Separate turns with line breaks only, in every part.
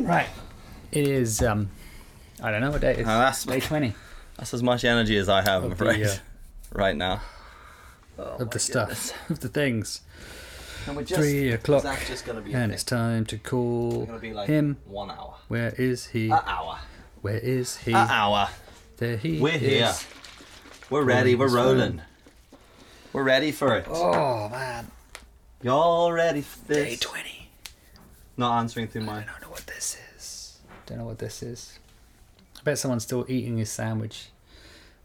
Right. It is. Um, I don't know what day it is.
Now that's-
day twenty
That's as much energy as I have, I'm
Of the,
afraid,
uh,
right now.
of the stuff, of the things,
And we're
Three o'clock,
Zach's just going to be.
and it's time to call
going to be like
him.
one hour.
Where is he?
An hour.
Where is he?
An hour.
there he
Uh-uh. We're here.
is.
We're ready. We're
his
rolling. We're ready for it.
Oh man,
Y'all ready for this?
day twenty.
Not answering through
I
my.
don't know what this is. Don't know what this is. I bet someone's still eating his sandwich.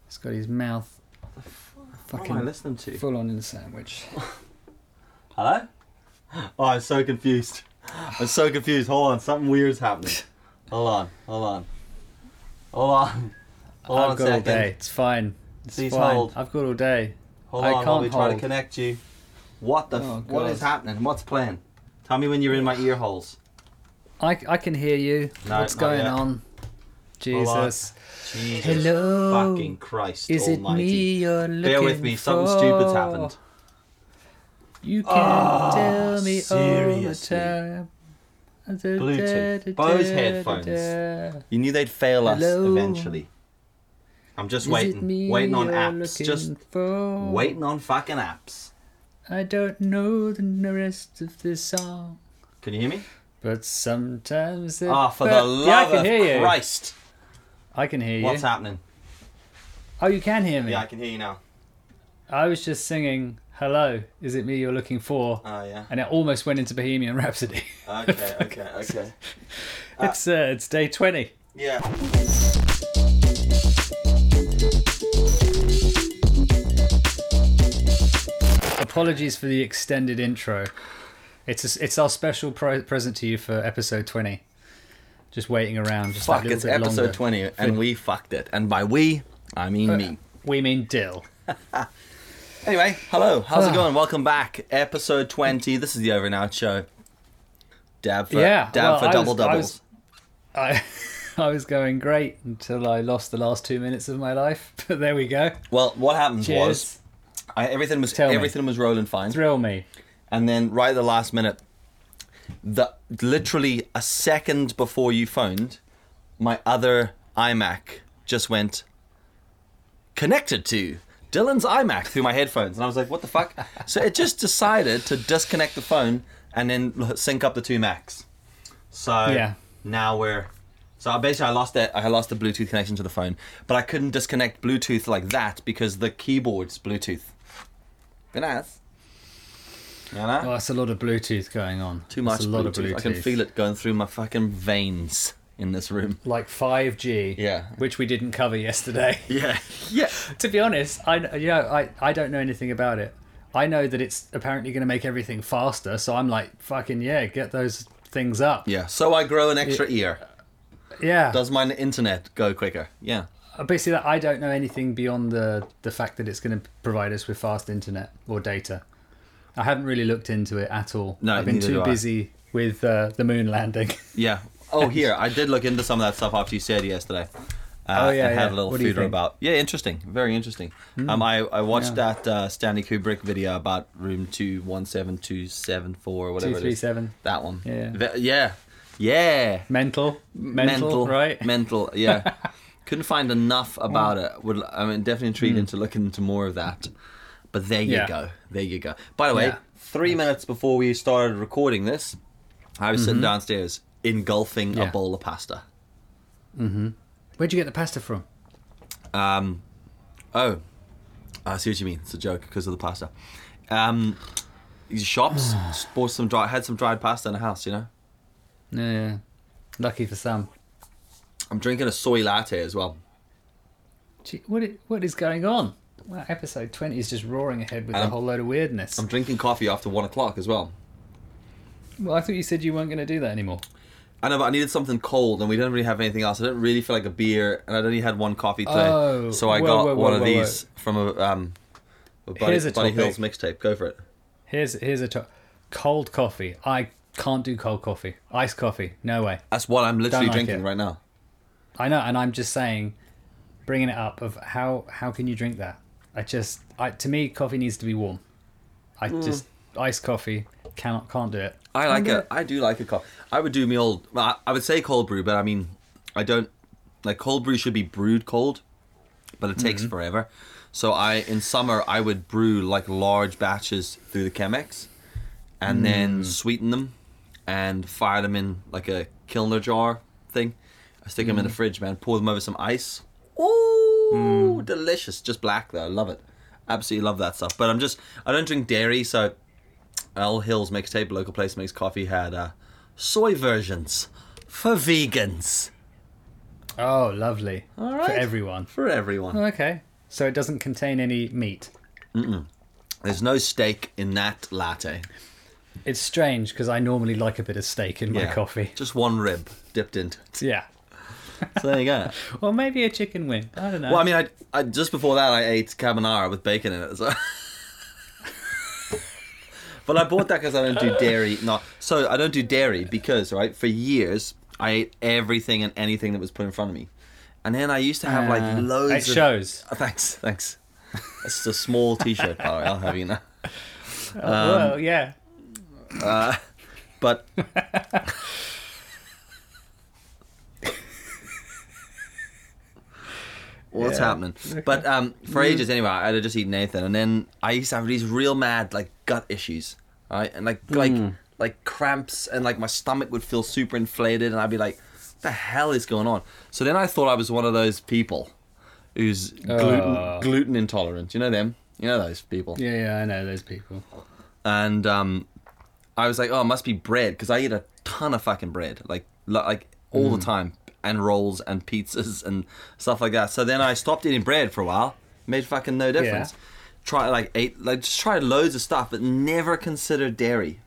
He's got his mouth
What am I
fucking
listening to?
full on in the sandwich.
Hello? Oh, I'm so confused. I'm so confused. Hold on, something weird's happening. Hold on, hold on. Hold on. Hold on
I've
a
got all
second.
day. It's fine. It's
Please
fine.
hold.
I've got all day.
Hold
I
on while
can't
we try to
hold.
connect you. What the?
Oh,
f- what
God.
is happening? What's playing? Tell me when you're in my ear holes.
I, I can hear you.
No,
What's
not
going
yet.
on? Jesus.
Jesus
Hello.
fucking Christ
Is it
almighty.
me you're looking
Bear with me,
for?
something stupid's happened.
You can
Ah,
tell me
seriously.
all the time.
Bluetooth. Bose headphones.
headphones.
You knew they'd fail us
Hello?
eventually. I'm just waiting. Waiting on apps. Just
for?
waiting on fucking apps.
I don't know the rest of this song,
Can you hear me?
but sometimes. it-
Ah, for
but-
the
Uh,
love
yeah, I can
of
hear you.
Christ.
I can hear you.
What's happening?
Oh, you can hear me.
Yeah, I can hear you now.
I was just singing "Hello, is it me you're looking for?"
Oh, yeah.
and it almost went into Bohemian Rhapsody.
Okay, okay, okay.
it's uh, it's day twenty.
Yeah.
Apologies for the extended intro. It's a, it's our special pro- present to you for episode twenty. Just waiting around, just that
Fuck,
little
it's
bit
episode
longer. Uh,
20, and we fucked it. And by we, I mean me.
We mean Dill.
Anyway, hello, how's it
Ah.
going? Welcome back. Episode 20. This is the Over and Out show. Dab for,
Yeah,
dab
well,
for
I
double
was- I
doubles.
was- I I was going great until I lost the last two minutes of my life. But there we go.
Well, what happened
Cheers.
was I, everything was
Tell me.
everything was rolling fine.
Thrill me.
and then right at the last minute, the literally a second before you phoned, my other iMac just went connected to Dylan's iMac through my headphones, and I was like, "What the fuck?" so it just decided to disconnect the phone and then l- sync up the two Macs. So
Yeah.
now we're so I- basically I lost it. I lost the Bluetooth connection to the phone, but I couldn't disconnect Bluetooth like that because the keyboard's Bluetooth. Been ass. You know?
Oh, that's a lot of Bluetooth going on.
Too much
That's a lot
Bluetooth.
of Bluetooth.
I can feel it going through my fucking veins in this room.
Like 5G,
Yeah.
which we didn't cover yesterday.
Yeah. Yeah.
to be honest, I you know I, I don't know anything about it. I know that it's apparently going to make everything faster, so I'm like, fucking yeah, get those things up.
Yeah. So I grow an extra ear.
Yeah.
Does my internet go quicker? Yeah.
Uh, Basically, that I don't know anything beyond the the fact that it's going to provide us with fast internet or data. I haven't really looked into it at all.
No,
I've been
neither
too
do I.
busy with uh, the moon landing.
Yeah. Oh, here. I did look into some of that stuff after you said yesterday. Uh,
Oh, yeah,
And had
yeah.
a little
What do you
fooder
think? Hmm.
about. Yeah, interesting. Very interesting. Um, I, I watched that uh, Stanley Kubrick video about room 217274 or whatever it is.
237.
That one.
Yeah.
Ve- Yeah. Yeah.
Mental, mental, right?
Mental, yeah. Couldn't find enough about it. Would I'm definitely intrigued into looking into more of that. But there you
Hmm. Yeah.
go. There you go. By the way,
Yeah.
three minutes before we started recording this, I was sitting downstairs engulfing
Mm-hmm. Yeah.
a bowl of pasta.
Where'd you get the pasta from?
Um, oh, I see what you mean. It's a joke because of the pasta. Um, these shops bought some dry, had some dried pasta in the house. You know,
Yeah, yeah. lucky for some.
I'm drinking a soy latte as well.
Gee, what i- what is going on? Well, episode twenty is just roaring ahead with a
I'm-
whole load of weirdness.
I'm drinking coffee after one o'clock as well.
well, I thought you said you weren't going to do that anymore.
I know, but I needed something cold, and we didn't really have anything else. I didn't really feel like a beer, and I'd only had one coffee today,
Oh,
so I
whoa,
got
whoa, whoa,
one of
whoa,
these from a um, a Buddy,
Here's a
Buddy Hill's
topic.
mixtape. Go for it.
Here's here's a to- cold coffee. I can't do cold coffee. Iced coffee, no way.
That's what I'm literally
like
drinking
it.
right now.
I know, and I'm just saying, bringing it up of how how can you drink
Mm.
that? I just, I to me, coffee needs to be warm. I just iced coffee cannot can't do it.
I like a, I do like a cold. I would do me old. well, I I would say cold brew, but I mean, I don't like cold brew. Should be brewed cold, but it takes forever. So I in summer I would brew like large batches through the Chemex, and then sweeten them, and fire them in like a kilner jar thing. I stick them in the fridge, man. Pour them over some ice. Mm. Ooh, delicious. Just black though. I love it. Absolutely love that stuff. But I'm just I don't drink dairy, so Al Hills makes tape, local place makes coffee, had uh, soy versions for vegans.
Oh, lovely.
All right.
For everyone.
For everyone.
Okay. So it doesn't contain any meat.
There's no steak in that latte.
It's strange because I normally like a bit of steak in my
Yeah.
coffee.
Just one rib dipped into it.
Yeah.
So there you go.
Or maybe a chicken wing. I don't know.
well, I mean, I, I just before that, I ate carbonara with bacon in it. So. but I bought that because I don't do dairy. Not so I don't do dairy because right for years I ate everything and anything that was put in front of me, and then I used to have
Uh,
like loads.
It
of,
shows.
Oh, Thanks, thanks. That's just a small T-shirt, by the way. I'll have you know.
well, yeah.
But what's
Yeah.
happening? But um, for ages anyway, I'd just eaten anything, and then I used to have these real mad like gut issues, right? And like like like cramps, and like my stomach would feel super inflated, and I'd be like, "What the hell is going on?" So then I thought I was one of those people who's gluten
Oh.
gluten intolerant. You know them? You know those people?
Yeah, yeah, I know those people.
and um, I was like, oh, it must be bread because I eat a ton of fucking bread, like lo- like all
Mm.
the time, and rolls and pizzas and stuff like that. So then I stopped eating bread for a while, made fucking no difference. Try like ate like just tried loads of stuff, but never considered dairy.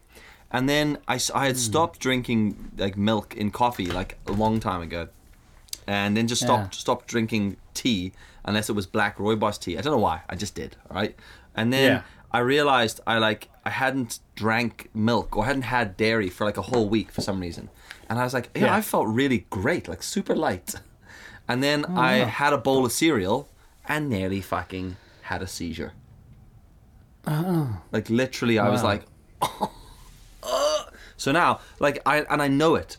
And then I, s- I had
Mm.
stopped drinking like milk in coffee like a long time ago, and then just stopped
Yeah.
stopped rooking tea unless it was black rooibos tea. I don't know why. I just did. All right. And then
Yeah.
I realized I like I hadn't drank milk or hadn't had dairy for like a whole week for some reason, and I was like, yeah,
Yeah.
I felt really great, like super light. And then I had a bowl of cereal and nearly fucking had a seizure. Like literally, I was
Wow.
like, so now, like I and I know it,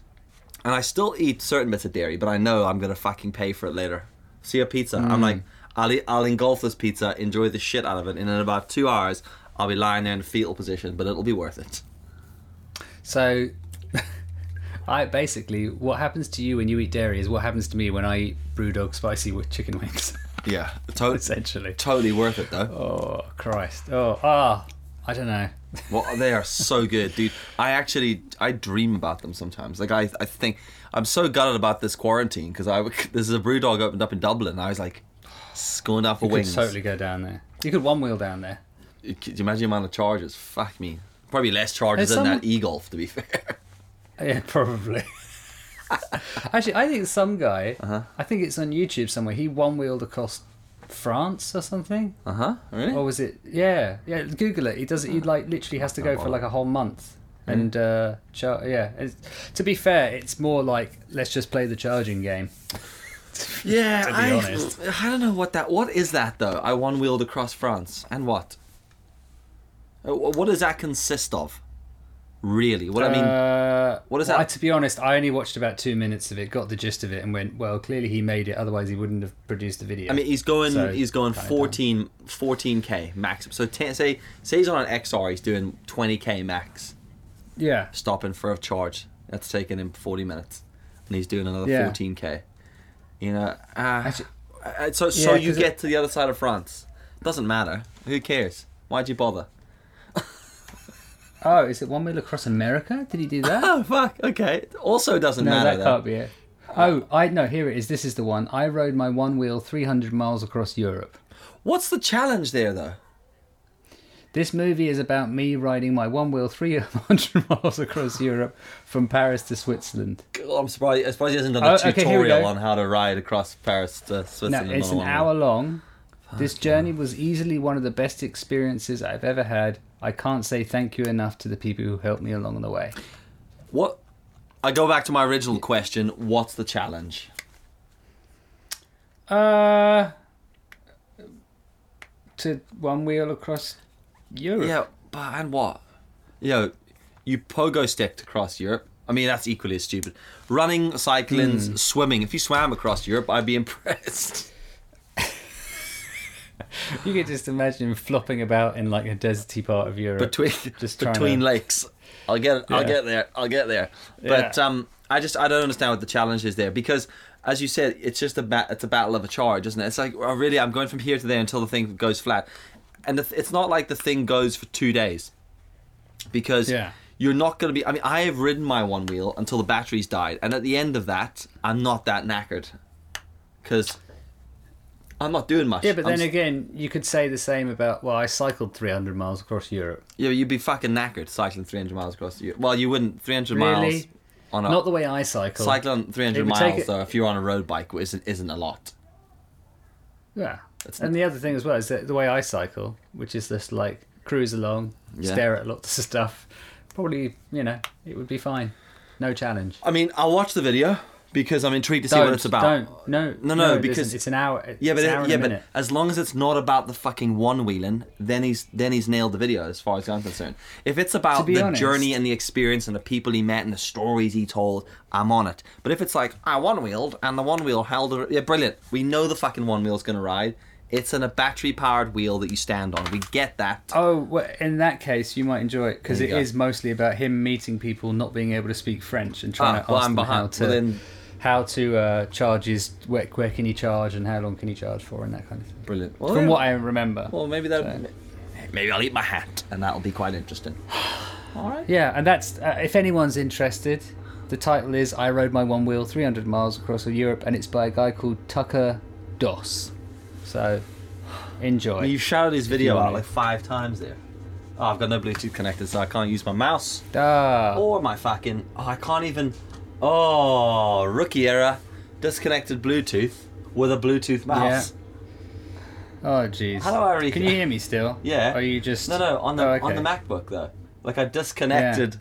and I still eat certain bits of dairy, but I know I'm gonna fucking pay for it later. See a pizza. I'm like, I'll eat, I'll engulf this pizza, enjoy the shit out of it, and in about two hours, I'll be lying there in a fetal position, but it'll be worth it.
So, I basically what happens to you when you eat dairy is what happens to me when I eat brewdog spicy with chicken wings.
Yeah, to-
essentially.
totally worth it though.
Oh Christ. Oh ah. I don't know.
Well, they are so good, dude. I actually I dream about them sometimes. Like I, I think I'm so gutted about this quarantine because I this is a brew dog opened up in Dublin. I was like, going down for
You
wings.
could totally go down there. You could one wheel down there.
Could you imagine the amount of charges? Fuck me. Probably less charges
There's
than
some-
that e golf, to be fair.
Yeah, probably. Uh-huh. Actually, I think some guy. I think it's on YouTube somewhere. He one wheeled across France or something,
Uh huh. Really?
or was it? Yeah, yeah. Google it. He does it. He like literally has to go for
bother.
like a whole month.
Hmm.
And uh, char- yeah, it's, to be fair, it's more like let's just play the charging game.
yeah.
to be
I,
honest.
I don't know what that. What is that though? I one wheeled across France, and what? Uh, wh- What does that consist of? Really? What I mean?
uh,
what is
well,
that-
I- to be honest, I only watched about two minutes of it, got the gist of it, and went, well, clearly he made it, otherwise he wouldn't have produced the video.
I mean, he's going.
So,
he's going
kinda
14, 14k max. So ten, say say he's on an XR, he's doing 20k max,
yeah,
stopping for a charge. That's taking him 40 minutes, and he's doing another
Yeah.
14k. You know, uh, Uh, So, so
Yeah,
you
'cause it-
get to the other side of France. Doesn't matter. Who cares? Why'd you bother?
Oh, is it one wheel across America? Did he do that?
Oh fuck. Okay. Also doesn't
no,
matter.
that
though.
can't be it. Oh, I no. Here it is. This is the one. I rode my one wheel 300 miles across Europe.
What's the challenge there though?
This movie is about me riding my one wheel 300 miles across Europe from Paris to Switzerland.
God, I'm surprised. I'm surprised he hasn't done
Oh,
a
okay, here we
tutorial
go.
on how to ride across Paris to
No,
Switzerland.
it's
on
an
a
hour long. This journey was easily one of the best experiences I've ever had. I can't say thank you enough to the people who helped me along the way.
What? I go back to my original question. What's the challenge?
Uh, to one wheel across Europe.
Yeah, but and what? Yo, You pogo sticked across Europe. I mean, that's equally as stupid. Running, cycling, swimming. If you swam across Europe, I'd be impressed.
You could just imagine him flopping about in like a deserty part of Europe.
Between
Just trying
between
to-
lakes, I'll get I'll
Yeah.
get there. I'll get there. But
Yeah.
um, I just I don't understand what the challenge is there because, as you said, it's just a bat. It's a battle of a charge, isn't it? It's like oh, really, I'm going from here to there until the thing goes flat, and the th- it's not like the thing goes for two days. because
Yeah.
you're not going to be. I mean, I have ridden my one wheel until the batteries died, and at the end of that, I'm not that knackered because I'm not doing much.
yeah, but
I'm
then
s-
again, you could say the same about well, I cycled 300 miles across Europe.
yeah, you'd be fucking knackered cycling 300 miles across the. Well, you wouldn't 300 miles
Really?
on a
Not the way I cycle.
cycling 300
It would take
miles
it-
though. If you're on a road bike, isn't isn't a lot.
Yeah. and the other thing as well is that the way I cycle, which is just like cruise along,
Yeah.
stare at lots of stuff, probably, you know, it would be fine. No challenge.
I mean, I'll watch the video because I'm intrigued to see what it's about.
Don't. No.
No, no,
it
because-
isn't. it's an hour.
Yeah, but
it's
it-
an hour
yeah,
and a
but
minute.
as long as it's not about the fucking one wheeling, then he's then he's nailed the video as far as I'm concerned. If it's about
be
the
honest-
journey and the experience and the people he met and the stories he told, I'm on it. But if it's like I one wheeled and the one wheel held, a, yeah, brilliant. We know the fucking one wheel's gonna ride. It's in a battery powered wheel that you stand on. We get that.
Oh, well, in that case, you might enjoy it because
There
it
you
is
go.
mostly about him meeting people, not being able to speak French, and trying
Ah,
to
well,
ask
I'm
them how
behind.
to
Well, then-
how to uh, charge his where, where can he charge and how long can he charge for and that kind of thing.
Brilliant. Well,
From
Oh, yeah.
what I remember,
well, maybe that. Maybe I'll eat my hat, and that'll be quite interesting. All right.
yeah, and that's uh, if anyone's interested. The title is "I Rode My One Wheel 300 Miles Across Europe," and it's by a guy called Tucker Doss. So enjoy.
You've shouted his video
you
out
want
like
it.
five times there. Oh, I've got no Bluetooth connected, so I can't use my mouse
Ah.
or my fucking. Oh, I can't even. Oh, rookie era. Disconnected Bluetooth with a Bluetooth mouse.
Oh jeez.
How do I re-
Can you hear me still?
Yeah.
Or are you just
No, no, on the
Oh, okay.
on the MacBook though. Like I disconnected,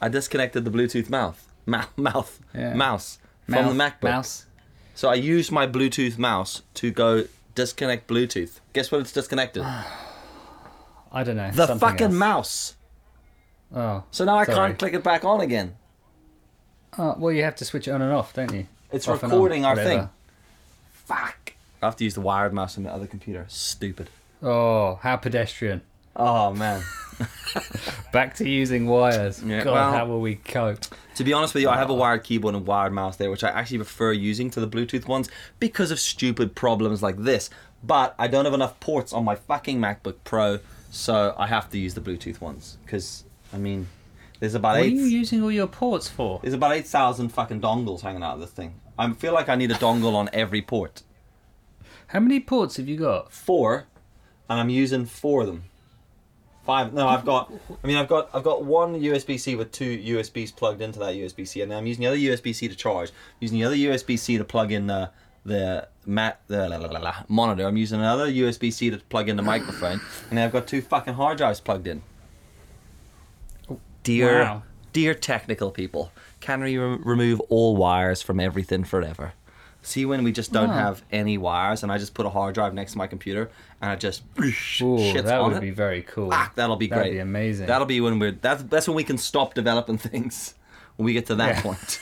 I disconnected the Bluetooth mouth, mouth, mouth,
Yeah.
mouse from
Mouth-
the MacBook.
Mouse.
So I used my Bluetooth mouse to go disconnect Bluetooth. Guess what? It's disconnected.
I don't know.
the
something
fucking
else.
mouse.
Oh.
So now I
Sorry.
can't click it back on again.
Oh, well, you have to switch it on and off, don't you?
It's
Off and on,
recording our
whatever.
thing. Fuck. I have to use the wired mouse on the other computer. Stupid.
Oh, how pedestrian.
Oh man.
Back to using wires.
Yeah,
God,
well-
how will we cope?
to be honest with you, I have a wired keyboard and wired mouse there, which I actually prefer using to the Bluetooth ones because of stupid problems like this. But I don't have enough ports on my fucking MacBook Pro, so I have to use the Bluetooth ones. Because I mean, there's about
What are
eight.
you using all your ports for?
there's about eight thousand fucking dongles hanging out of this thing. I feel like I need a dongle on every port.
How many ports have you got?
four, and I'm using four of them. Five. No, I've got. I mean, I've got. I've got one USB C with two USBs plugged into that USB C, and then I'm using the other USB C to charge. I'm using the other USB C to plug in the the mat the la, la, la, la, monitor. I'm using another USB C to plug in the microphone, and then I've got two fucking hard drives plugged in. Dear,
Wow.
dear technical people, can we re- remove all wires from everything forever? See when we just don't
Wow.
have any wires, and I just put a hard drive next to my computer, and I just
Ooh,
shits
that
on
would
it.
be very cool.
Ah, that'll be
That'd
great.
be amazing.
That'll be when we're that's that's when we can stop developing things when we get to that
Yeah.
point.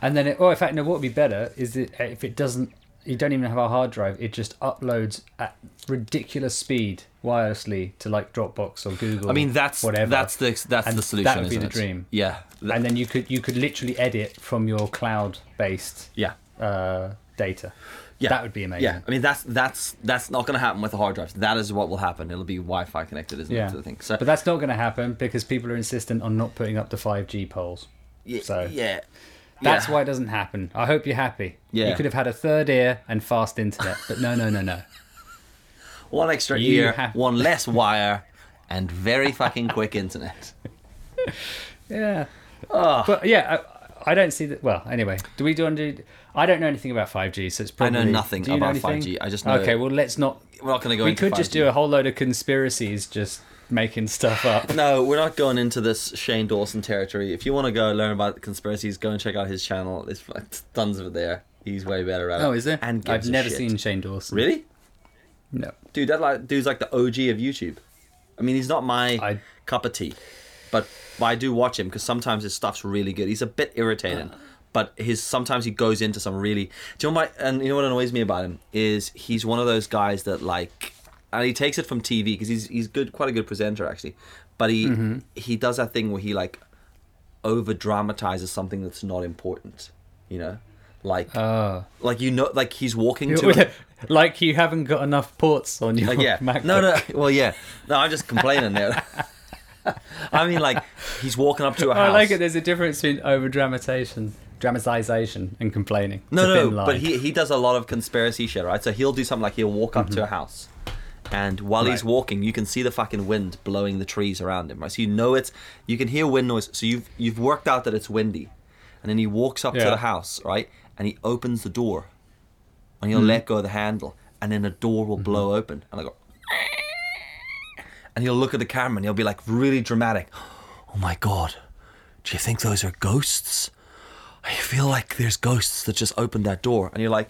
And then, it, oh, in fact, no. What would be better is that if it doesn't, you don't even have a hard drive. It just uploads at ridiculous speed wirelessly to like Dropbox or Google.
I mean, that's
whatever.
that's the that's
And
the solution.
That would be
isn't
the
it?
dream.
Yeah, Th-
And then you could you could literally edit from your cloud based
yeah,
uh, data.
yeah.
That would be amazing.
Yeah, I mean that's that's that's not going to happen with the hard drives. That is what will happen. It'll be Wi-Fi connected, isn't
Yeah.
it? To the thing. So
but that's not going to happen because people are insistent on not putting up the 5G poles.
yeah,
so-
yeah,
That's
Yeah.
why it doesn't happen. I hope you're happy.
Yeah.
You could have had a third ear and fast internet, but no, no, no, no.
one extra
You
ear,
have-
one less wire, and very fucking quick internet.
Yeah.
Ah.
But yeah, I, I don't see that. Well, anyway, do we do want to? do- I don't know anything about 5G, so it's probably.
nothing
do you
about
know anything?
5G. I just know-
Okay, well, let's not.
We're not going to go.
We
into
could just
5G.
do a whole load of conspiracies, just making stuff up.
No, we're not going into this Shane Dawson territory. If you want to go learn about conspiracies, go and check out his channel. There's like, tons of it there. He's way better at it.
oh, is there?
And gives
I've
a
never
shit.
seen Shane Dawson.
Really,
No.
dude, that like dude's like the OG of YouTube. I mean, he's not my
I-
cup of tea. But I do watch him because sometimes his stuff's really good. He's a bit irritating, but his sometimes he goes into some really. Do you know my and you know what annoys me about him is he's one of those guys that like, and he takes it from TV because he's he's good, quite a good presenter actually, but he he does that thing where he like over dramatizes something that's not important, you know, like
Oh.
like Ah. you know like he's walking to. a-
like you haven't got enough ports on your
like, yeah.
MacBook.
No, no. Well, yeah. No, I'm just complaining there. I mean, like he's walking up to a
Oh, I
house.
like it. There's a difference between over dramatization, dramatization, and complaining. It's a
No,
thin
no.
line.
But he he does a lot of conspiracy shit, right? So he'll do something like he'll walk up to a house, and while he's
Mm-hmm. Right.
walking, you can see the fucking wind blowing the trees around him, right? So you know it's you can hear wind noise. So you've you've worked out that it's windy, and then he walks up to
Yeah.
the house, right? And he opens the door, and
Mm-hmm.
he'll let go of the handle, and then the door will blow open, and I go. And he'll look at the camera and he'll be like really dramatic. Oh my god, do you think those are ghosts? I feel like there's ghosts that just opened that door. And you're like,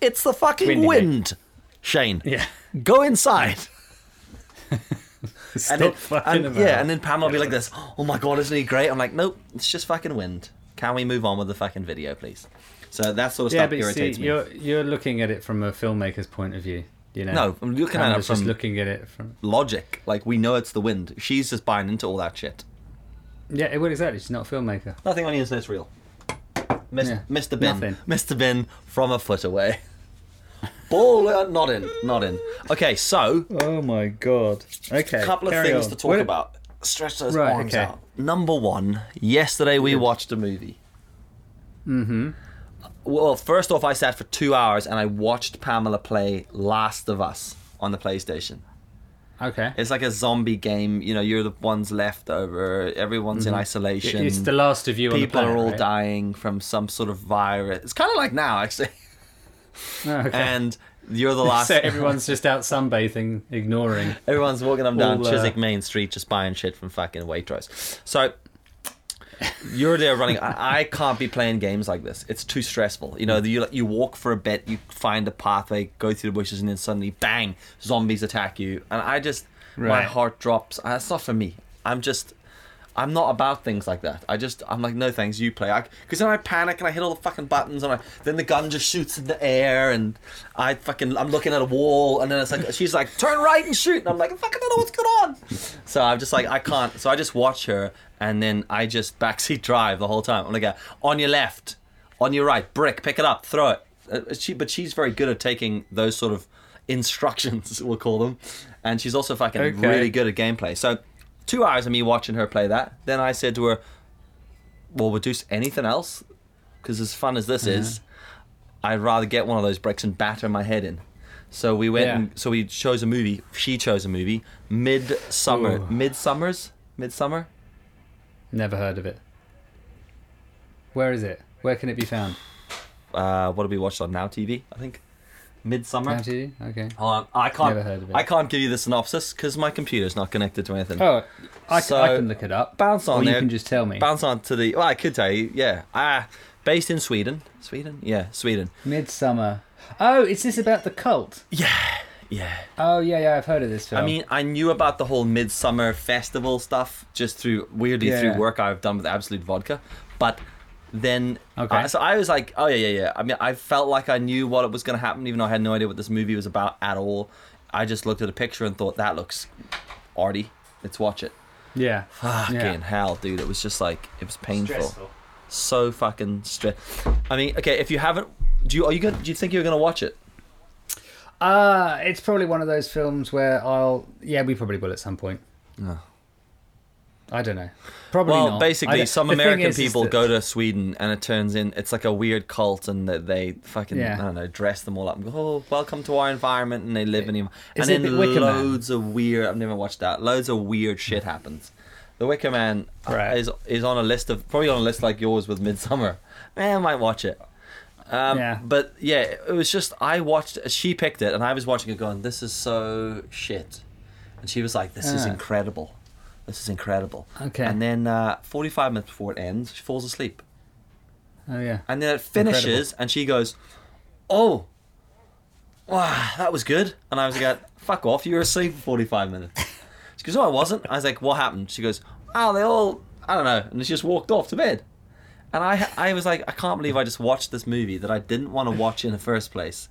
it's the fucking
Windy, mate.
wind, Shane.
Yeah.
Go inside.
Stop
And then,
fucking
and-
about.
yeah, and then Pam will be like this, oh my god, isn't he great? I'm like, nope, it's just fucking wind. Can we move on with the fucking video, please? So that sort of
yeah,
stuff
but you see,
irritates me.
you're you're looking at it from a filmmaker's point of view. You know,
No, I'm looking at it
Cameron's just
from-
looking at it from.
Logic. Like, we know it's the wind. She's just buying into all that shit.
Yeah, it would exactly. She's not a filmmaker.
Nothing on the internet's real. Mis-
Yeah,
Mr. Bin.
nothing.
Mr. Bin from a foot away. Ball, uh, not in, not in. Okay, so
Oh my god. Okay.
a couple of
carry
things
on.
to talk
What-
about. Stretch those
Right,
arms
okay.
out. Number one, yesterday we watched a movie. Mm-hmm. Well, first off, I sat for two hours and I watched Pamela play Last of Us on the PlayStation.
Okay.
It's like a zombie game. You know, you're the ones left over. Everyone's
Mm-hmm.
in isolation.
It's the last of you on the
People
planet,
are all
right?
dying from some sort of virus. It's kind of like now, actually.
Oh, okay.
And you're the last.
so everyone's just out sunbathing, ignoring.
Everyone's walking up down
All, uh,
Chiswick Main Street just buying shit from fucking Waitrose. So you're there running. I, I can't be playing games like this. It's too stressful. You know, you like, you walk for a bit, you find a pathway, go through the bushes, and then suddenly, bang! Zombies attack you, and I just my
Right.
heart drops. Uh, It's not for me. I'm just. I'm not about things like that. I just, I'm like, no thanks, you play. Because then I panic and I hit all the fucking buttons and I, then the gun just shoots in the air and I fucking, I'm looking at a wall and then it's like, she's like, turn right and shoot. And I'm like, I fucking don't know what's going on. So I'm just like, I can't. So I just watch her and then I just backseat drive the whole time. I'm like, uh, on your left, on your right, brick, pick it up, throw it. Uh, She, but she's very good at taking those sort of instructions, we'll call them. And she's also fucking
Okay.
really good at gameplay. So two hours of me watching her play that. Then I said to her, "Well, we'll do s- anything else, because as fun as this is,
Uh-huh.
I'd rather get one of those bricks and batter my head in." So we went
Yeah.
and so we chose a movie. She chose a movie. Midsummer.
Ooh.
Midsummers. Midsummer.
Never heard of it. Where is it? Where can it be found?
Uh, what did we watch on Now TV? I think. Midsummer.
Now TV? Okay.
Hold on, I can't.
Never heard of it.
I can't give you the synopsis because my computer's not connected to anything.
Oh, I, c- I
So-
can look it up.
bounce on
or you
there.
can just tell me.
bounce on to the. Well, I could tell you. Yeah. Ah, based in Sweden. Sweden. Yeah, Sweden.
Midsummer. Oh, is this about the cult?
Yeah.
Oh yeah, yeah, I've heard of this film.
I mean, I knew about the whole midsummer festival stuff just through weirdly
Yeah.
through work I've done with Absolute Vodka, but then
Okay.
uh, so I was like, oh yeah, yeah, yeah. I mean, I felt like I knew what it was going to happen, even though I had no idea what this movie was about at all. I just looked at a picture and thought that looks arty. Let's watch it.
yeah,
Fucking
yeah.
hell, dude! It was just like it was painful. So fucking stress. I mean, okay, if you haven't, do you are you gonna do you think you're gonna watch it?
Uh, it's probably one of those films where I'll. Yeah, we probably will at some point.
No.
I don't know. Probably
Well,
not. I
basically,
don't-
some
the thing
American
is- is
people
that-
go to Sweden and it turns in, it's like a weird cult and that they fucking,
Yeah.
I don't know, dress them all up and go, oh, welcome to our environment and they live in him.
Is
And
it a bit
then
Wicker Man?
loads of weird, I've never watched that, loads of weird shit happens. The Wicker Man uh,
Right.
is, is on a list of, probably on a list like yours with Midsummer. Eh, I might watch it. Um,
Yeah.
But yeah, it was just, I watched, she picked it and I was watching it going, this is so shit. And she was like, this is
Ah.
incredible. This is incredible.
Okay.
And then uh, 45 minutes before it ends, she falls asleep.
Oh yeah.
And then it finishes
Incredible.
and she goes, Oh, wow, that was good. And I was like, Fuck off, you were asleep for 45 minutes. She goes, No, I wasn't. I was like, What happened? She goes, oh, they all, I don't know, and they just walked off to bed. And I, I was like, I can't believe I just watched this movie that I didn't want to watch in the first place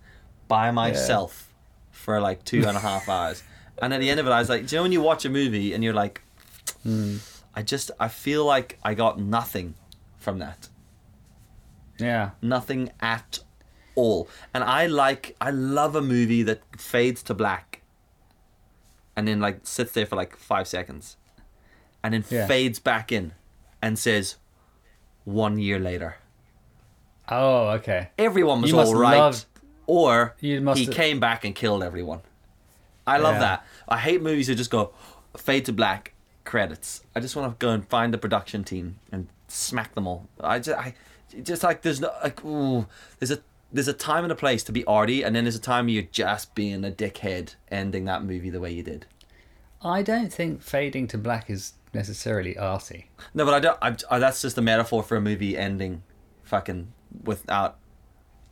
by myself for like two and a half hours. And at the end of it, I was like, do you know when you watch a movie and you're like,
Hmm.
I just, I feel like I got nothing from that
Yeah.
nothing at all. And I like, I love a movie that fades to black, and then like sits there for like five seconds, and then
Yeah.
fades back in, and says, "One year later,
Oh, okay.
everyone was
You must
all right,"
love-
or
You must
he
have-
came back and killed everyone. I love
Yeah.
that. I hate movies that just go fade to black credits. I just want to go and find the production team and smack them all. I just I just like there's no like ooh there's a there's a time and a place to be arty and then there's a time you're just being a dickhead ending that movie the way you did.
I don't think fading to black is necessarily arty.
No, but I don't I, I, that's just a metaphor for a movie ending fucking without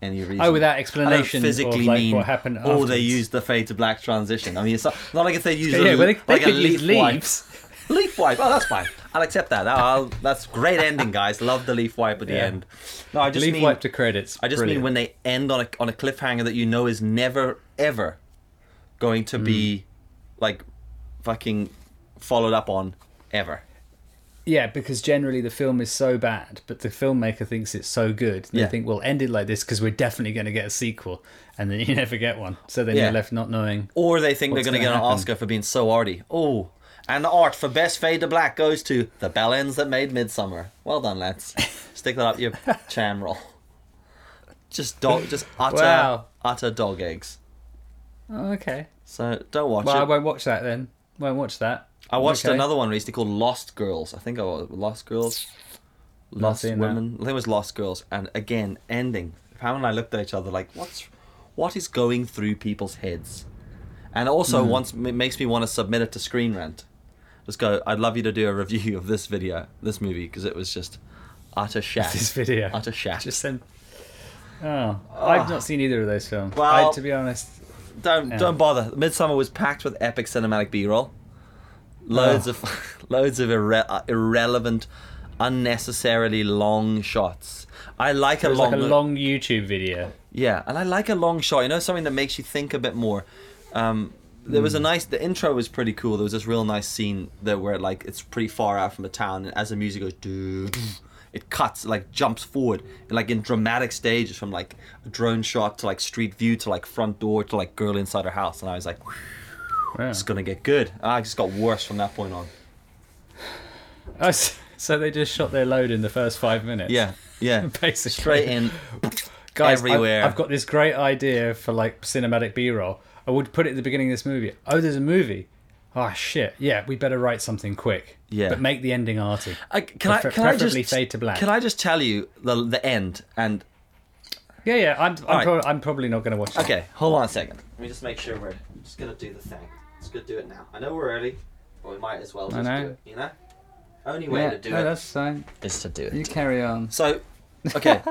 any reason.
Oh, without
I don't
explanation
physically
of like
mean
what happened.
Oh, they
afterwards.
used the fade to black transition. I mean, it's not, not like if they used
Yeah,
a,
but they- they
like a
could use
leaf wipe.
leaves.
leaf wipe. Oh, that's fine. I'll accept that. I'll, that's great ending, guys. Love the leaf wipe at the
Yeah.
end. No, I just
leave
mean
wipe to credits.
I just mean
Brilliant.
when they end on a on a cliffhanger that you know is never ever going to be
Mm.
like fucking followed up on ever.
Yeah, because generally the film is so bad, but the filmmaker thinks it's so good. They
Yeah.
think we'll end it like this because we're definitely going to get a sequel, and then you never get one. So then
Yeah.
you're left not knowing.
Or they think
What's
they're going to
gonna
get an
happen?
Oscar for being so arty. Oh, and the art for best fade to black goes to the bellends that made Midsummer. Well done, lads. Stick that up your cham roll. Just dog, just utter,
Wow.
utter dog eggs.
Oh, okay.
So don't watch
Well, I
it.
won't watch that then. Won't watch that.
I watched
Okay.
another one recently called Lost Girls. I think I was Lost Girls, Lost
seen that.
Women. I think it was Lost Girls, and again, ending. Pam and I looked at each other like, what's, what is going through people's heads? And also,
Hmm.
once it makes me want to submit it to Screen Rant. Just go. I'd love you to do a review of this video, this movie, because it was just utter shat.
This video.
utter shat.
Just send. Oh, I've not seen either of those films.
Ah. Well-
I, to be honest,
don't
Yeah.
don't bother. Midsummer was packed with epic cinematic B-roll, loads
Oh.
of loads of irre- uh, irrelevant, unnecessarily long shots. I like a
it was
long,
like a long YouTube video.
yeah, and I like a long shot. You know, something that makes you think a bit more. Um, there
Hmm.
was a nice. The intro was pretty cool. There was this real nice scene that where like it's pretty far out from the town, and as the music goes, doo, doo, it cuts like jumps forward, and like in dramatic stages from like a drone shot to like street view to like front door to like girl inside her house, and I was like,
Wow.
it's gonna get good. And I just got worse from that point on.
Oh, s- so they just shot their load in the first five minutes.
Yeah, yeah.
Basically.
Straight in,
Guys, I've-
everywhere.
I've, got this great idea for like cinematic B-roll. I would put it at the beginning of this movie. Oh, there's a movie. Oh shit! Yeah, we better write something quick.
Yeah.
but make the ending arty.
I, can I
Prefer-
can I
preferably
just
fade to black.
Can I just tell you the the end and
Yeah, yeah. I'm, I'm,
right.
prob- I'm probably not going to watch. it.
Okay, hold on a second. Let me just make sure we're I'm just gonna do the thing. Let's go do it now. I know we're early, but we might as well just
know.
do it. You know, only way
Yeah,
to do
no,
it
that's
is
fine.
to do
You
it.
carry on.
So, okay.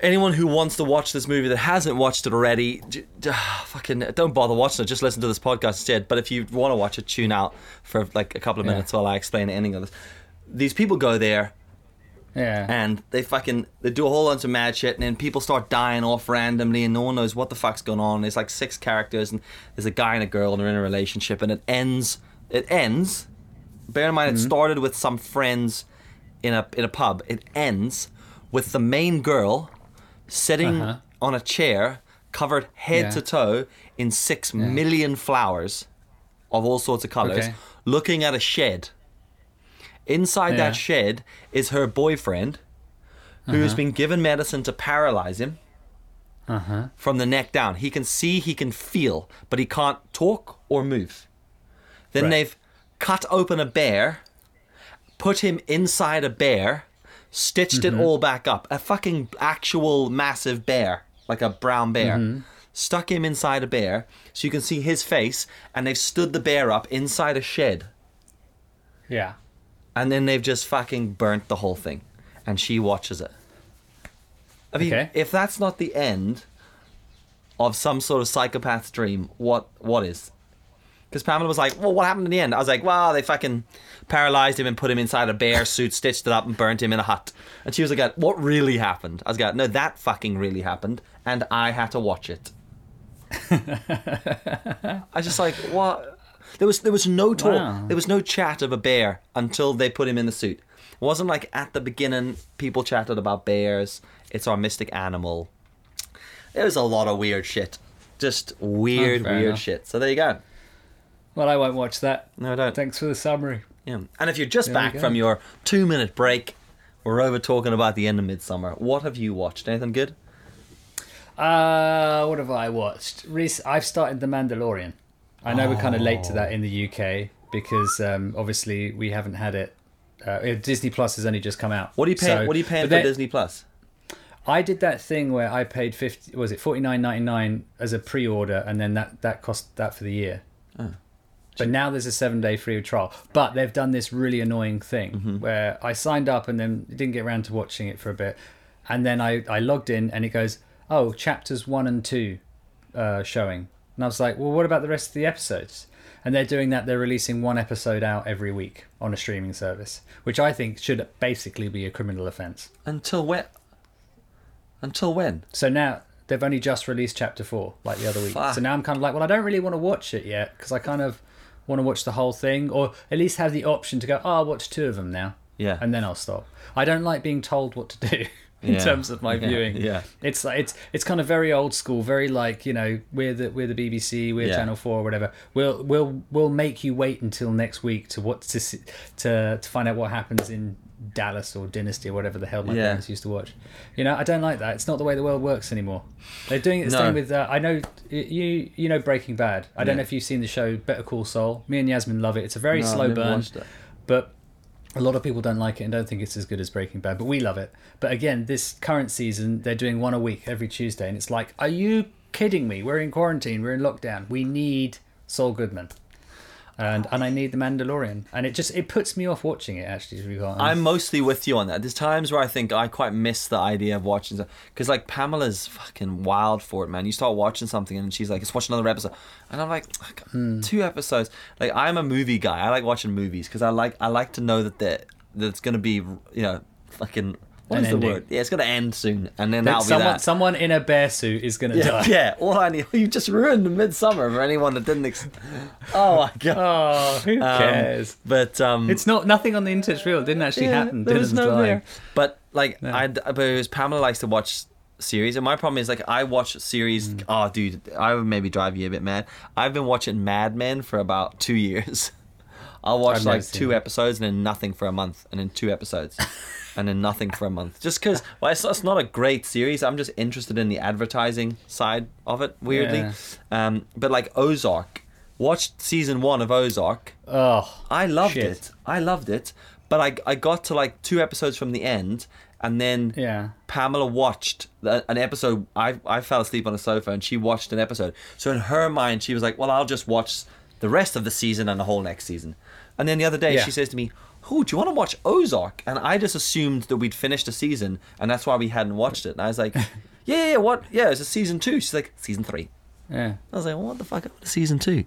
Anyone who wants to watch this movie that hasn't watched it already, j- j- fucking don't bother watching it. Just listen to this podcast instead. But if you want to watch it, tune out for like a couple of
Yeah.
minutes while I explain the ending of this. These people go there
Yeah.
and they fucking they do a whole bunch of mad shit and then people start dying off randomly and no one knows what the fuck's going on there's like six characters and there's a guy and a girl and they're in a relationship and it ends it ends bear in mind
Mm-hmm.
it started with some friends in a in a pub it ends with the main girl sitting
Uh-huh.
on a chair covered head
Yeah.
to toe in six million flowers of all sorts of colors
Okay.
looking at a shed Inside
Yeah.
that shed is her boyfriend, who
Uh-huh.
has been given medicine to paralyze him
Uh-huh.
from the neck down. He can see, he can feel, but he can't talk or move. Then
Right.
they've cut open a bear, put him inside a bear, stitched
Mm-hmm.
it all back up. A fucking actual massive bear, like a brown bear.
Mm-hmm.
Stuck him inside a bear so you can see his face, and they've stood the bear up inside a shed
yeah.
and then they've just fucking burnt the whole thing, and she watches it. I mean,
Okay.
if that's not the end of some sort of psychopath's dream, what what is? Because Pamela was like, "Well, what happened in the end?" I was like, "Well, they fucking paralyzed him and put him inside a bear suit, stitched it up, and burnt him in a hut." And she was like, "What really happened?" I was like, "No, that fucking really happened, and I had to watch it." I was just like, "What?" There was there was no talk.
Wow.
There was no chat of a bear until they put him in the suit. It wasn't like at the beginning people chatted about bears. It's our mystic animal. There was a lot of weird shit. Just weird,
Oh, fair
weird
enough.
shit. So there you go.
Well, I won't watch that.
No, I don't.
Thanks for the summary.
Yeah. And if you're just
we
back
go.
from your two minute break, we're over talking about the end of Midsummer. What have you watched? Anything good?
Uh, what have I watched? Rec- I've started The Mandalorian. I know we're kind of late to that in the UK because um, obviously we haven't had it. Uh, Disney Plus has only just come out.
What are you paying?
So-
what are you paying for
but they-
Disney Plus?
I did that thing where I paid fifty was it forty nine ninety nine as a pre order and then that, that cost that for the year. But now there's a seven day free trial. But they've done this really annoying thing where I signed up and then didn't get around to watching it for a bit. And then I, I logged in and it goes, Oh, chapters one and two uh, showing. And I was like, Well, what about the rest of the episodes? And they're doing that, they're releasing one episode out every week on a streaming service, which I think should basically be a criminal offence.
Until when? Until when?
So now they've only just released chapter four, like the other week.
Fuck.
So now I'm kind of like, well, I don't really want to watch it yet because I kind of want to watch the whole thing, or at least have the option to go, oh, I'll watch two of them now,
Yeah.
and then I'll stop. I don't like being told what to do in
Yeah.
terms of my
Yeah,
viewing.
yeah.
it's like it's it's kind of very old school, very like you know we're the we're the BBC, we're
Yeah.
Channel Four, or whatever. We'll we'll we'll make you wait until next week to what to see, to to find out what happens in Dallas or Dynasty or whatever the hell my
Yeah.
parents used to watch. You know, I don't like that. It's not the way the world works anymore. They're doing it the
No.
same with. Uh, I know you. You know Breaking Bad. I don't
Yeah.
know if you've seen the show Better Call Saul. Me and Yasmin love it. It's a very
No, I've
slow
never
burn,
watched it.
but a lot of people don't like it and don't think it's as good as Breaking Bad. But we love it. But again, this current season they're doing one a week every Tuesday, and it's like, are you kidding me? We're in quarantine. We're in lockdown. We need Saul Goodman. And, and I need the Mandalorian, and it just it puts me off watching it. Actually, to be quite honest.
I'm mostly with you on that. There's times where I think I quite miss the idea of watching stuff because like Pamela's fucking wild for it, man. You start watching something and she's like, "Let's watch another episode," and I'm like, "Fuck,
Hmm.
two episodes." Like I'm a movie guy. I like watching movies because I like I like to know that there that it's gonna be you know fucking what
An
is the
ending.
word? Yeah, it's gonna end soon, and then
That
that'll
someone,
be that.
someone in a bear suit is gonna
yeah,
die.
yeah, all I need. You just ruined Midsummer for anyone that didn't. Ex- oh my god.
Oh, who
Um,
cares?
but um,
it's not nothing on the internet reel. It didn't actually
Yeah,
happen.
there
did
was
it? I'm
no
lying.
there. But like I, but it was Pamela likes to watch series, and my problem is like I watch series.
Mm.
Oh, dude, I would maybe drive you a bit mad. I've been watching Mad Men for about two years. I'll watch
I've never
like
seen
two
it.
episodes and then nothing for a month, and then two episodes, and then nothing for a month. Just because, well, it's, it's not a great series. I'm just interested in the advertising side of it, weirdly.
Yeah.
Um, but like Ozark, watched season one of Ozark.
Oh,
I loved
Shit.
it. I loved it. But I, I got to like two episodes from the end, and then
Yeah.
Pamela watched the- an episode. I, I fell asleep on the sofa, and she watched an episode. So in her mind, she was like, "Well, I'll just watch the rest of the season and the whole next season." And then the other day,
Yeah.
she says to me, "Oh, do you want to watch Ozark?" And I just assumed that we'd finished the season, and that's why we hadn't watched it. And I was like, "Yeah, yeah, yeah, what? Yeah, it's a season two. She's like, "Season three.
yeah.
I was like, well, "What the fuck? I want to season two.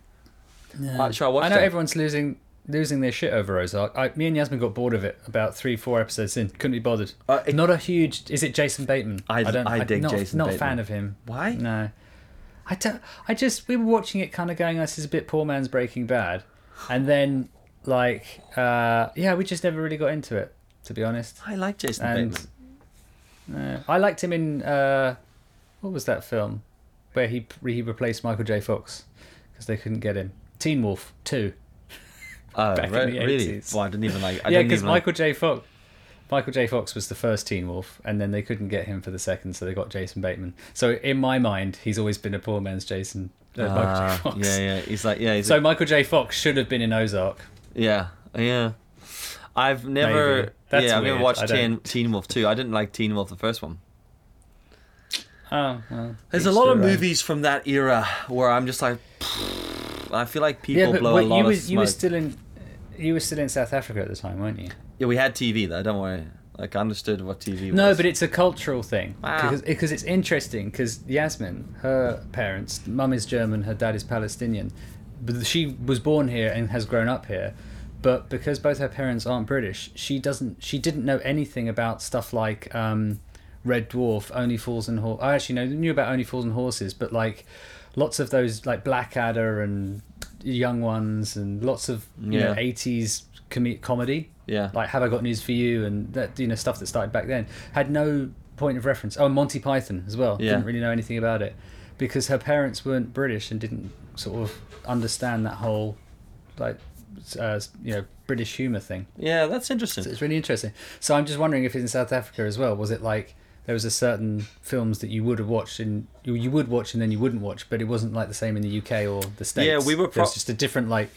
Uh, should I watch
I know
that?
everyone's losing losing their shit over Ozark. I, me and Yasmin got bored of it about three, four episodes in. Couldn't be bothered.
Uh, it-
not a huge. Is it Jason Bateman?
I- I
I'm
dig
not,
Jason
Not
Bateman.
a fan of him.
Why?
No. I don't. I just we were watching it, kind of going, "This is a bit poor man's Breaking Bad," and then like, uh, yeah, we just never really got into it, to be honest.
I like Jason
And-
Bateman.
Uh, I liked him in uh, what was that film where he he replaced Michael J. Fox because they couldn't get him. Teen Wolf Two.
Oh,
back in
re-
the
really?
80s.
Well, I didn't even like. I
yeah,
didn't
because
even like-
Michael J. Fox, Michael J. Fox was the first Teen Wolf, and then they couldn't get him for the second, so they got Jason Bateman. So in my mind, he's always been a poor man's Jason. Uh, Michael J.
Ah,
Fox.
Yeah, yeah. He's like, yeah, he's
So
like,
Michael J. Fox should have been in Ozark.
yeah, yeah. I've
Maybe.
never,
That's
yeah, I've never
weird. I
watched
don't-
Teen, Teen Wolf two. I didn't like Teen Wolf the first one.
Oh, well,
There's a
each
lot
to
of
their own.
movies from that era where I'm just like, I feel like people
Yeah, but
blow
wait,
a lot
you
of
were
smoke.
you were still in you were still in South Africa at the time, weren't you?
Yeah, we had TV though. Don't worry. Like, I understood what TV was.
No, but it's a cultural thing
Wow.
because because it's interesting because Yasmin, her parents, mum is German, her dad is Palestinian. but she was born here and has grown up here, but because both her parents aren't British, she doesn't. She didn't know anything about stuff like um, Red Dwarf, Only Fools and Horses. I actually know knew about Only Fools and Horses, but like lots of those like Blackadder and Young Ones and lots of you know
Yeah.
eighties com- comedy
Yeah.
like have I got news for you and that you know stuff that started back then had no point of reference. Oh, and Monty Python as well.
Yeah.
Didn't really know anything about it because her parents weren't British and didn't sort of understand that whole like uh, you know British humor thing.
yeah, that's interesting.
So it's really interesting. So I'm just wondering if in South Africa as well was it like there was a certain films that you would have watched and you, you would watch and then you wouldn't watch, but it wasn't like the same in the UK or the states.
Yeah, we were
There was
pro-
just a different like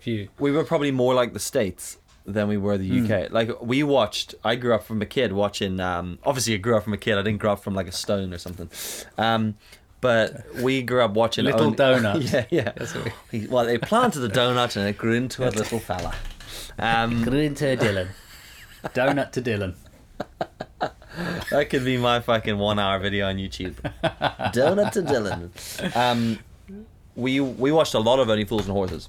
view.
we were probably more like the states than we were
Hmm.
the UK. Like we watched. I grew up from a kid watching. Um, obviously, I grew up from a kid. I didn't grow up from like a stone or something. Um, but we grew up watching
Little
only-
donut.
yeah, yeah.
what
He- well, they planted a donut and it grew into a little fella. Um,
Green to Dylan, donut to Dylan.
that could be my fucking one-hour video on YouTube. donut to Dylan. Um, we we watched a lot of Only Fools and Horses,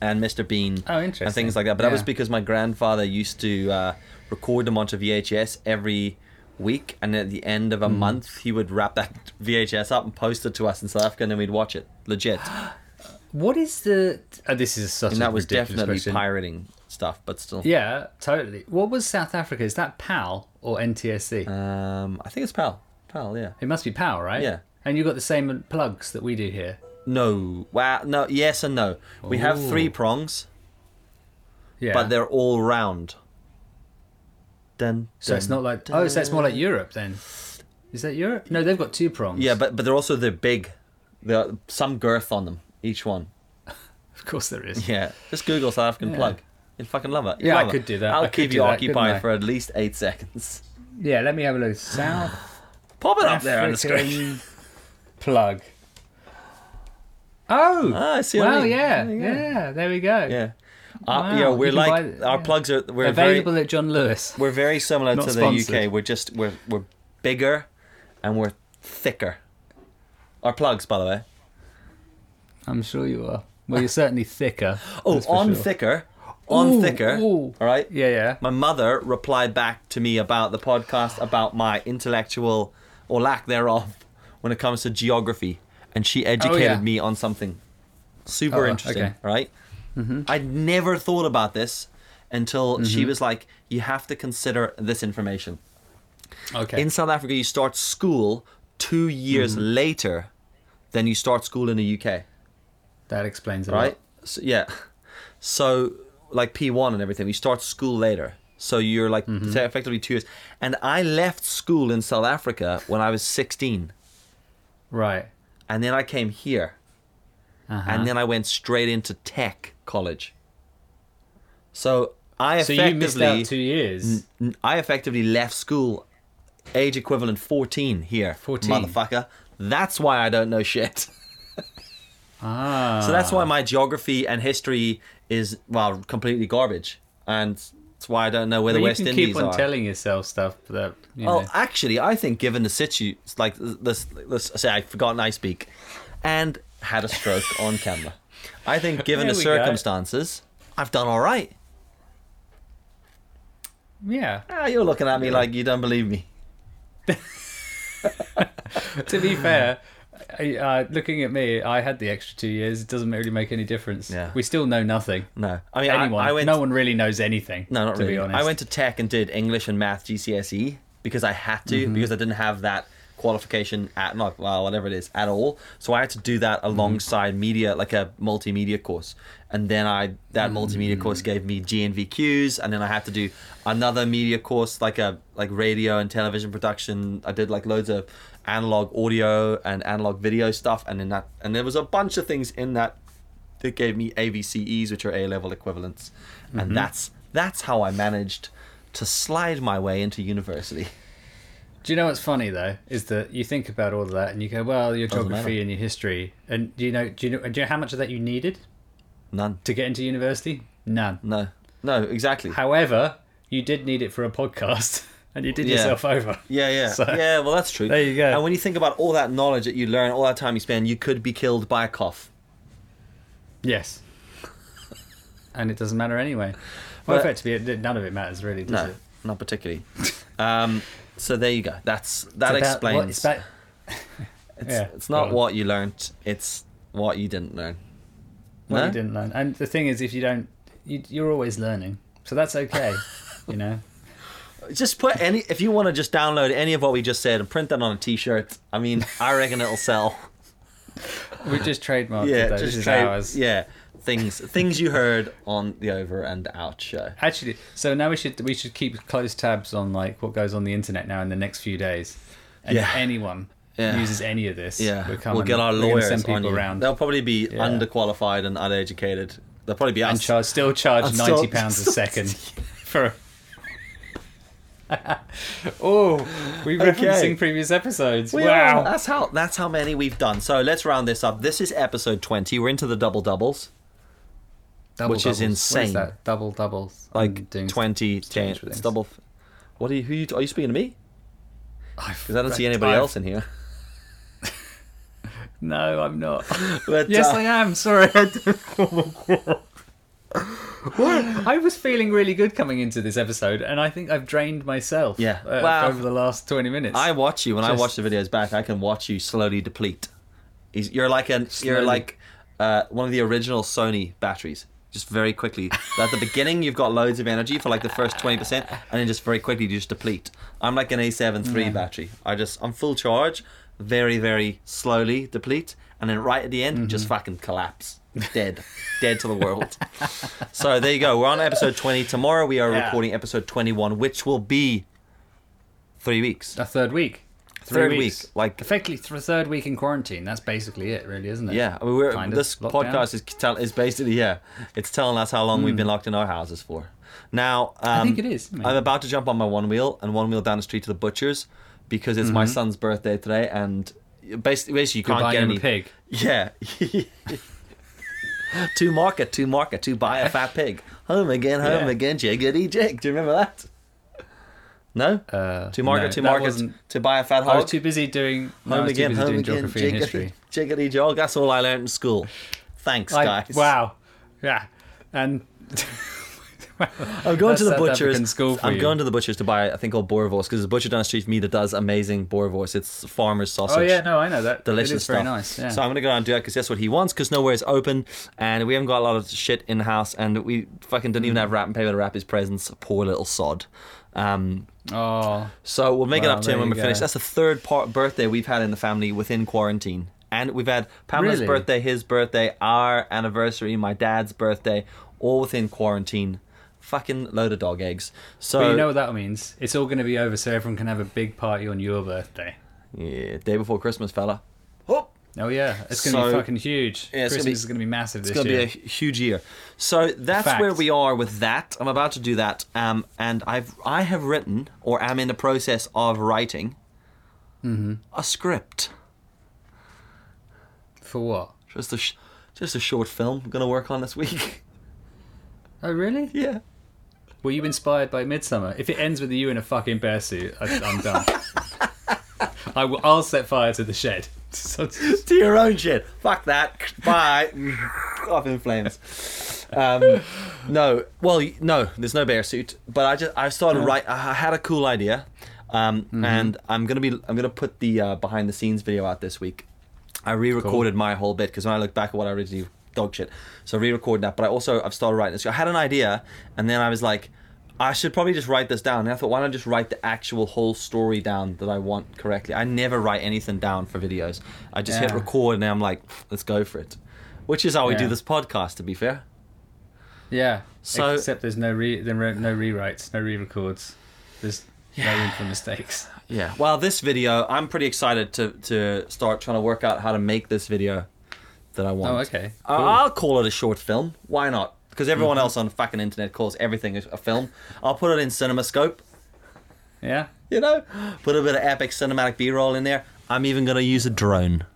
and Mr Bean.
Oh, interesting.
and things like that. But that was
Yeah.
because my grandfather used to uh, record them onto VHS every week, and at the end
Mm-hmm.
of a month, he would wrap that VHS up and post it to us in South Africa, and then we'd watch it legit.
What is the? Oh, this is such
And
a
that was
ridiculous
definitely
question.
pirating stuff, but still.
Yeah, totally. What was South Africa? Is that PAL or NTSC?
Um, I think it's PAL. PAL, yeah.
it must be PAL, right?
yeah.
And you got the same plugs that we do here.
No. Wow. No. Yes and no. We have three
Ooh.
prongs,
Yeah.
but they're all round. Dun,
so it's
dun.
not like oh, so it's more like Europe then. Is that Europe? No, they've got two prongs.
Yeah, but but they're also they're big. There are some girth on them. Each one.
of course there is.
Yeah, just Google South African
Yeah.
plug. You'd fucking love it. You'd
Yeah, I
love it.
could do that.
I'll
I could
keep
do
you
that, couldn't
occupied
I?
for at least eight seconds.
Yeah. Let me have a look. South
Pop it up there on the screen.
African plug. Oh.
Ah, I see what I
wow.
mean.
yeah,
There you
yeah.
go.
There we go.
Yeah.
Wow,
Uh, yeah,
you
we're
can
like
buy-
our
yeah.
plugs are we're
Available
very
at John Lewis.
we're very similar
Not
to the
sponsored.
UK. We're just we're we're bigger and we're thicker. Our plugs, by the way.
I'm sure you are. Well, you're certainly thicker.
Oh,
that's for
on
sure.
thicker. On
Ooh,
thicker.
ooh.
All right.
Yeah, yeah.
My mother replied back to me about the podcast, about my intellectual or lack thereof when it comes to geography, and she educated
Oh, yeah.
me on something super
Oh,
interesting.
okay. Mm-hmm.
Right? I'd never thought about this until she was like, "You have to consider this information."
Okay.
In South Africa, you start school two years
Mm-hmm.
later than you start school in the UK
that explains it.
right? So, yeah. So like P1 and everything, you start school later. So you're like
Mm-hmm.
say effectively two years. And I left school in South Africa when I was 16.
Right.
And then I came here.
Uh-huh.
And then I went straight into tech college. So I
so
effectively,
you missed out two years.
n- I effectively left school age equivalent 14 here.
14.
Motherfucker. That's why I don't know shit.
Ah.
So that's why my geography and history is well completely garbage, and that's why I don't know where
Well,
the
you
West
can
Indies
keep on
are. Oh.
telling yourself stuff that you
well,
know.
actually, I think given the situ, it's like let's let's say I forgotten I speak, and had a stroke on camera. I think given
There
the
we go.
circumstances, I've done all right.
Yeah.
Ah, you're looking at me like you don't believe me.
to be fair, I- uh, looking at me, I had the extra two years. It doesn't really make any difference.
Yeah.
We still know nothing.
No, I mean I-
Anyone?
I, went
no one really knows anything.
No, not
to
really.
Be honest.
I went to tech and did English and math GCSE E because I had to
Mm-hmm.
because I didn't have that qualification at not well whatever it is at all. So I had to do that
Mm-hmm.
alongside media, like a multimedia course, and then I that
Mm.
multimedia course gave me GNVQs, and then I had to do another media course like a like radio and television production. I did like loads of analog audio and analog video stuff, and then that and there was a bunch of things in that that gave me AVCEs, which are A level equivalents,
Mm-hmm.
and that's that's how I managed to slide my way into university.
Do you know what's funny though is that you think about all of that and you go, well, your
Doesn't
geography
matter.
and your history, and do you know, do you know, do you know how much of that you needed
None,
to get into university? None.
no, no, exactly.
However, you did need it for a podcast, and you did
Yeah.
yourself over.
yeah, yeah,
So-
yeah. Well, that's true.
There you go.
And when you think about all that knowledge that you learn, all that time you spend, you could be killed by a cough.
Yes. and it doesn't matter anyway. Well,
But-
effectively, it, none of it matters really, does
No,
it?
not particularly. um, so there you go. That's that
It's about
explains.
what- it's about-
It's,
Yeah,
it's
go
not
on.
what you learnt. It's what you didn't learn.
what
No?
you didn't learn. And the thing is, if you don't, you, you're always learning, so that's okay. you know,
Just put any. If you want to just download any of what we just said and print that on a T-shirt, I mean, I reckon it'll sell.
we just trademarked it. Though. this is
try-
ours.
Yeah, things things you heard on the Over and Out show.
Actually, so now we should we should keep close tabs on like what goes on the internet now in the next few days. And
Yeah.
if anyone
Yeah.
uses any of this,
Yeah,
we're coming,
we'll get our
we're gonna
lawyers
send people
on you.
around
They'll probably be
Yeah.
underqualified and uneducated. They'll probably be
and
us.
charge still charge
I'll
ninety
still-
pounds a second for. oh, we are
Okay.
referencing previous episodes.
We
wow,
are. That's how that's how many we've done. So let's round this up. This is episode twenty. We're into the double doubles.
Double
Which is
doubles. What
insane.
is that? Double doubles. I'm
Like
doing-
twenty, ten.
strange
It's
things.
double. f- What are you? Who you, are you speaking to me?
I've-
Because I don't see anybody
I've-
else in here.
No, I'm not.
But,
yes,
uh,
I am. Sorry. I don't- oh my God. What? I was feeling really good coming into this episode, and I think I've drained myself.
Yeah.
uh,
Wow.
over the last twenty minutes.
I watch you when I
Just-
watch the videos back. I can watch you slowly deplete. He's- You're like an you're
Slowly.
like uh, one of the original Sony batteries. Just very quickly. At the beginning, you've got loads of energy for like the first twenty percent, and then just very quickly you just deplete. I'm like an A7 III battery. I just I'm full charge, very very slowly deplete, and then right at the end, just
Mm-hmm.
fucking collapse, dead, dead to the world. so there you go. We're on episode twenty. Tomorrow we are
Yeah.
recording episode twenty-one, which will be three weeks.
a third week. Three
Third
weeks.
week, like-
effectively th- third week in quarantine. That's basically it, really, isn't it?
Yeah, I mean, we're,
Kind of
this
lockdown.
podcast is tell, is basically yeah, it's telling us how long we've been locked in our houses for. Now, um, I
Hmm. think it is, isn't it?
I'm about to jump on my one wheel and one wheel down the street to the butcher's because it's my son's birthday today, and basically, basically you
Mm-hmm. You're
can't get
buying him
any
a pig.
Yeah. to market, to market, to buy a fat pig. Home again, home
Yeah.
again, jiggity jig. Do you remember that? No.
Uh,
to market,
no,
to
that
market,
wasn't-
to buy a fat
I
hog.
was too busy doing. no, I
Home
was
again,
too busy
home
doing
again,
geography and
jiggity,
history.
jiggity jog. That's all I learned in school. Thanks,
I-
guys.
Wow. Yeah. Oh, And
I'm going Oh, to the
That's South African
butcher's.
school for
I'm
you.
going to the butcher's to buy a thing called Boerewors because there's a butcher down the street from me that does amazing Boerewors. It's farmer's sausage.
oh yeah, no, I know that.
Delicious
it is
stuff.
Very nice. Yeah.
So I'm gonna go out and do that because that's what he wants. Because nowhere is open, and we haven't got a lot of shit in the house, and we fucking didn't even have wrapping paper to wrap his presents. Poor little sod. Um,
oh,
so we'll make it
Well,
up to him
there
when
you
we're finished.
go.
That's the third part birthday we've had in the family within quarantine. And we've had Pamela's
Really?
birthday, his birthday, our anniversary, my dad's birthday, all within quarantine. Fucking load of dog eggs. So
But you know what that means? It's all going to be over, so everyone can have a big party on your birthday.
yeah, day before Christmas, fella. Oh,
Oh yeah, it's going to
So-
be fucking huge.
Yeah, it's
Christmas
gonna be-
is going to be massive
It's
this
going to be
year.
a huge year. So that's
Fact.
where we are with that. I'm about to do that, um, and I've I have written or am in the process of writing
Mm-hmm.
a script.
For what?
Just a sh- just a short film. I'm gonna work on this week.
Oh really?
yeah.
Were you inspired by Midsummer? If it ends with you in a fucking bear suit, I, I'm done. I will, I'll set fire to the shed. So-
to your own shit. Fuck that. Bye. Off in flames. Um, no, well, y- no, there's no bear suit. But I just I started right. I I had a cool idea, um,
Mm-hmm.
and I'm gonna be I'm gonna put the uh, behind the scenes video out this week. I re-recorded my whole bit because when I look back at what I originally dog shit, so I re-recorded that. But I also I've started writing this. I had an idea, and then I was like. I should probably just write this down. And I thought, why not just write the actual whole story down that I want correctly? I never write anything down for videos. I just hit
Yeah.
record and I'm like, let's go for it. Which is how we do
Yeah.
this podcast, to be fair.
yeah.
So-
except there's no re, there are no rewrites, no re-records. There's no room for mistakes.
Yeah. Well, this video, I'm pretty excited to, to start trying to work out how to make this video that I want. Uh-huh.
Oh okay.
I-
Cool. Mm-hmm.
I'll call it a short film. Why not? Because everyone else on fucking internet calls everything a a film. I'll put it in CinemaScope,
yeah.
you know? Put a bit of epic cinematic B roll in there. I'm even going to use a drone.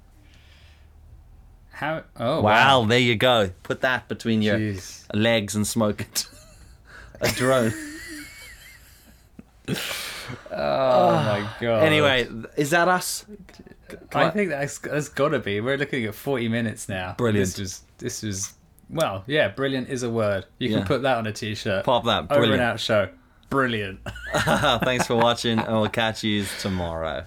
How? Oh
Wow,
wow.
there you go. Put that between your
Jeez.
legs and smoke it. a drone.
Oh my god.
Uh, anyway, th- is that us?
I think that's, that's got to be. We're looking at 40 minutes now.
Brilliant.
This was this was Well, yeah, brilliant is a word. You can
Yeah.
put that on a t-shirt.
Pop
Over
that.
and
Brilliant.
out show. Brilliant.
Thanks for watching, and we'll catch you tomorrow.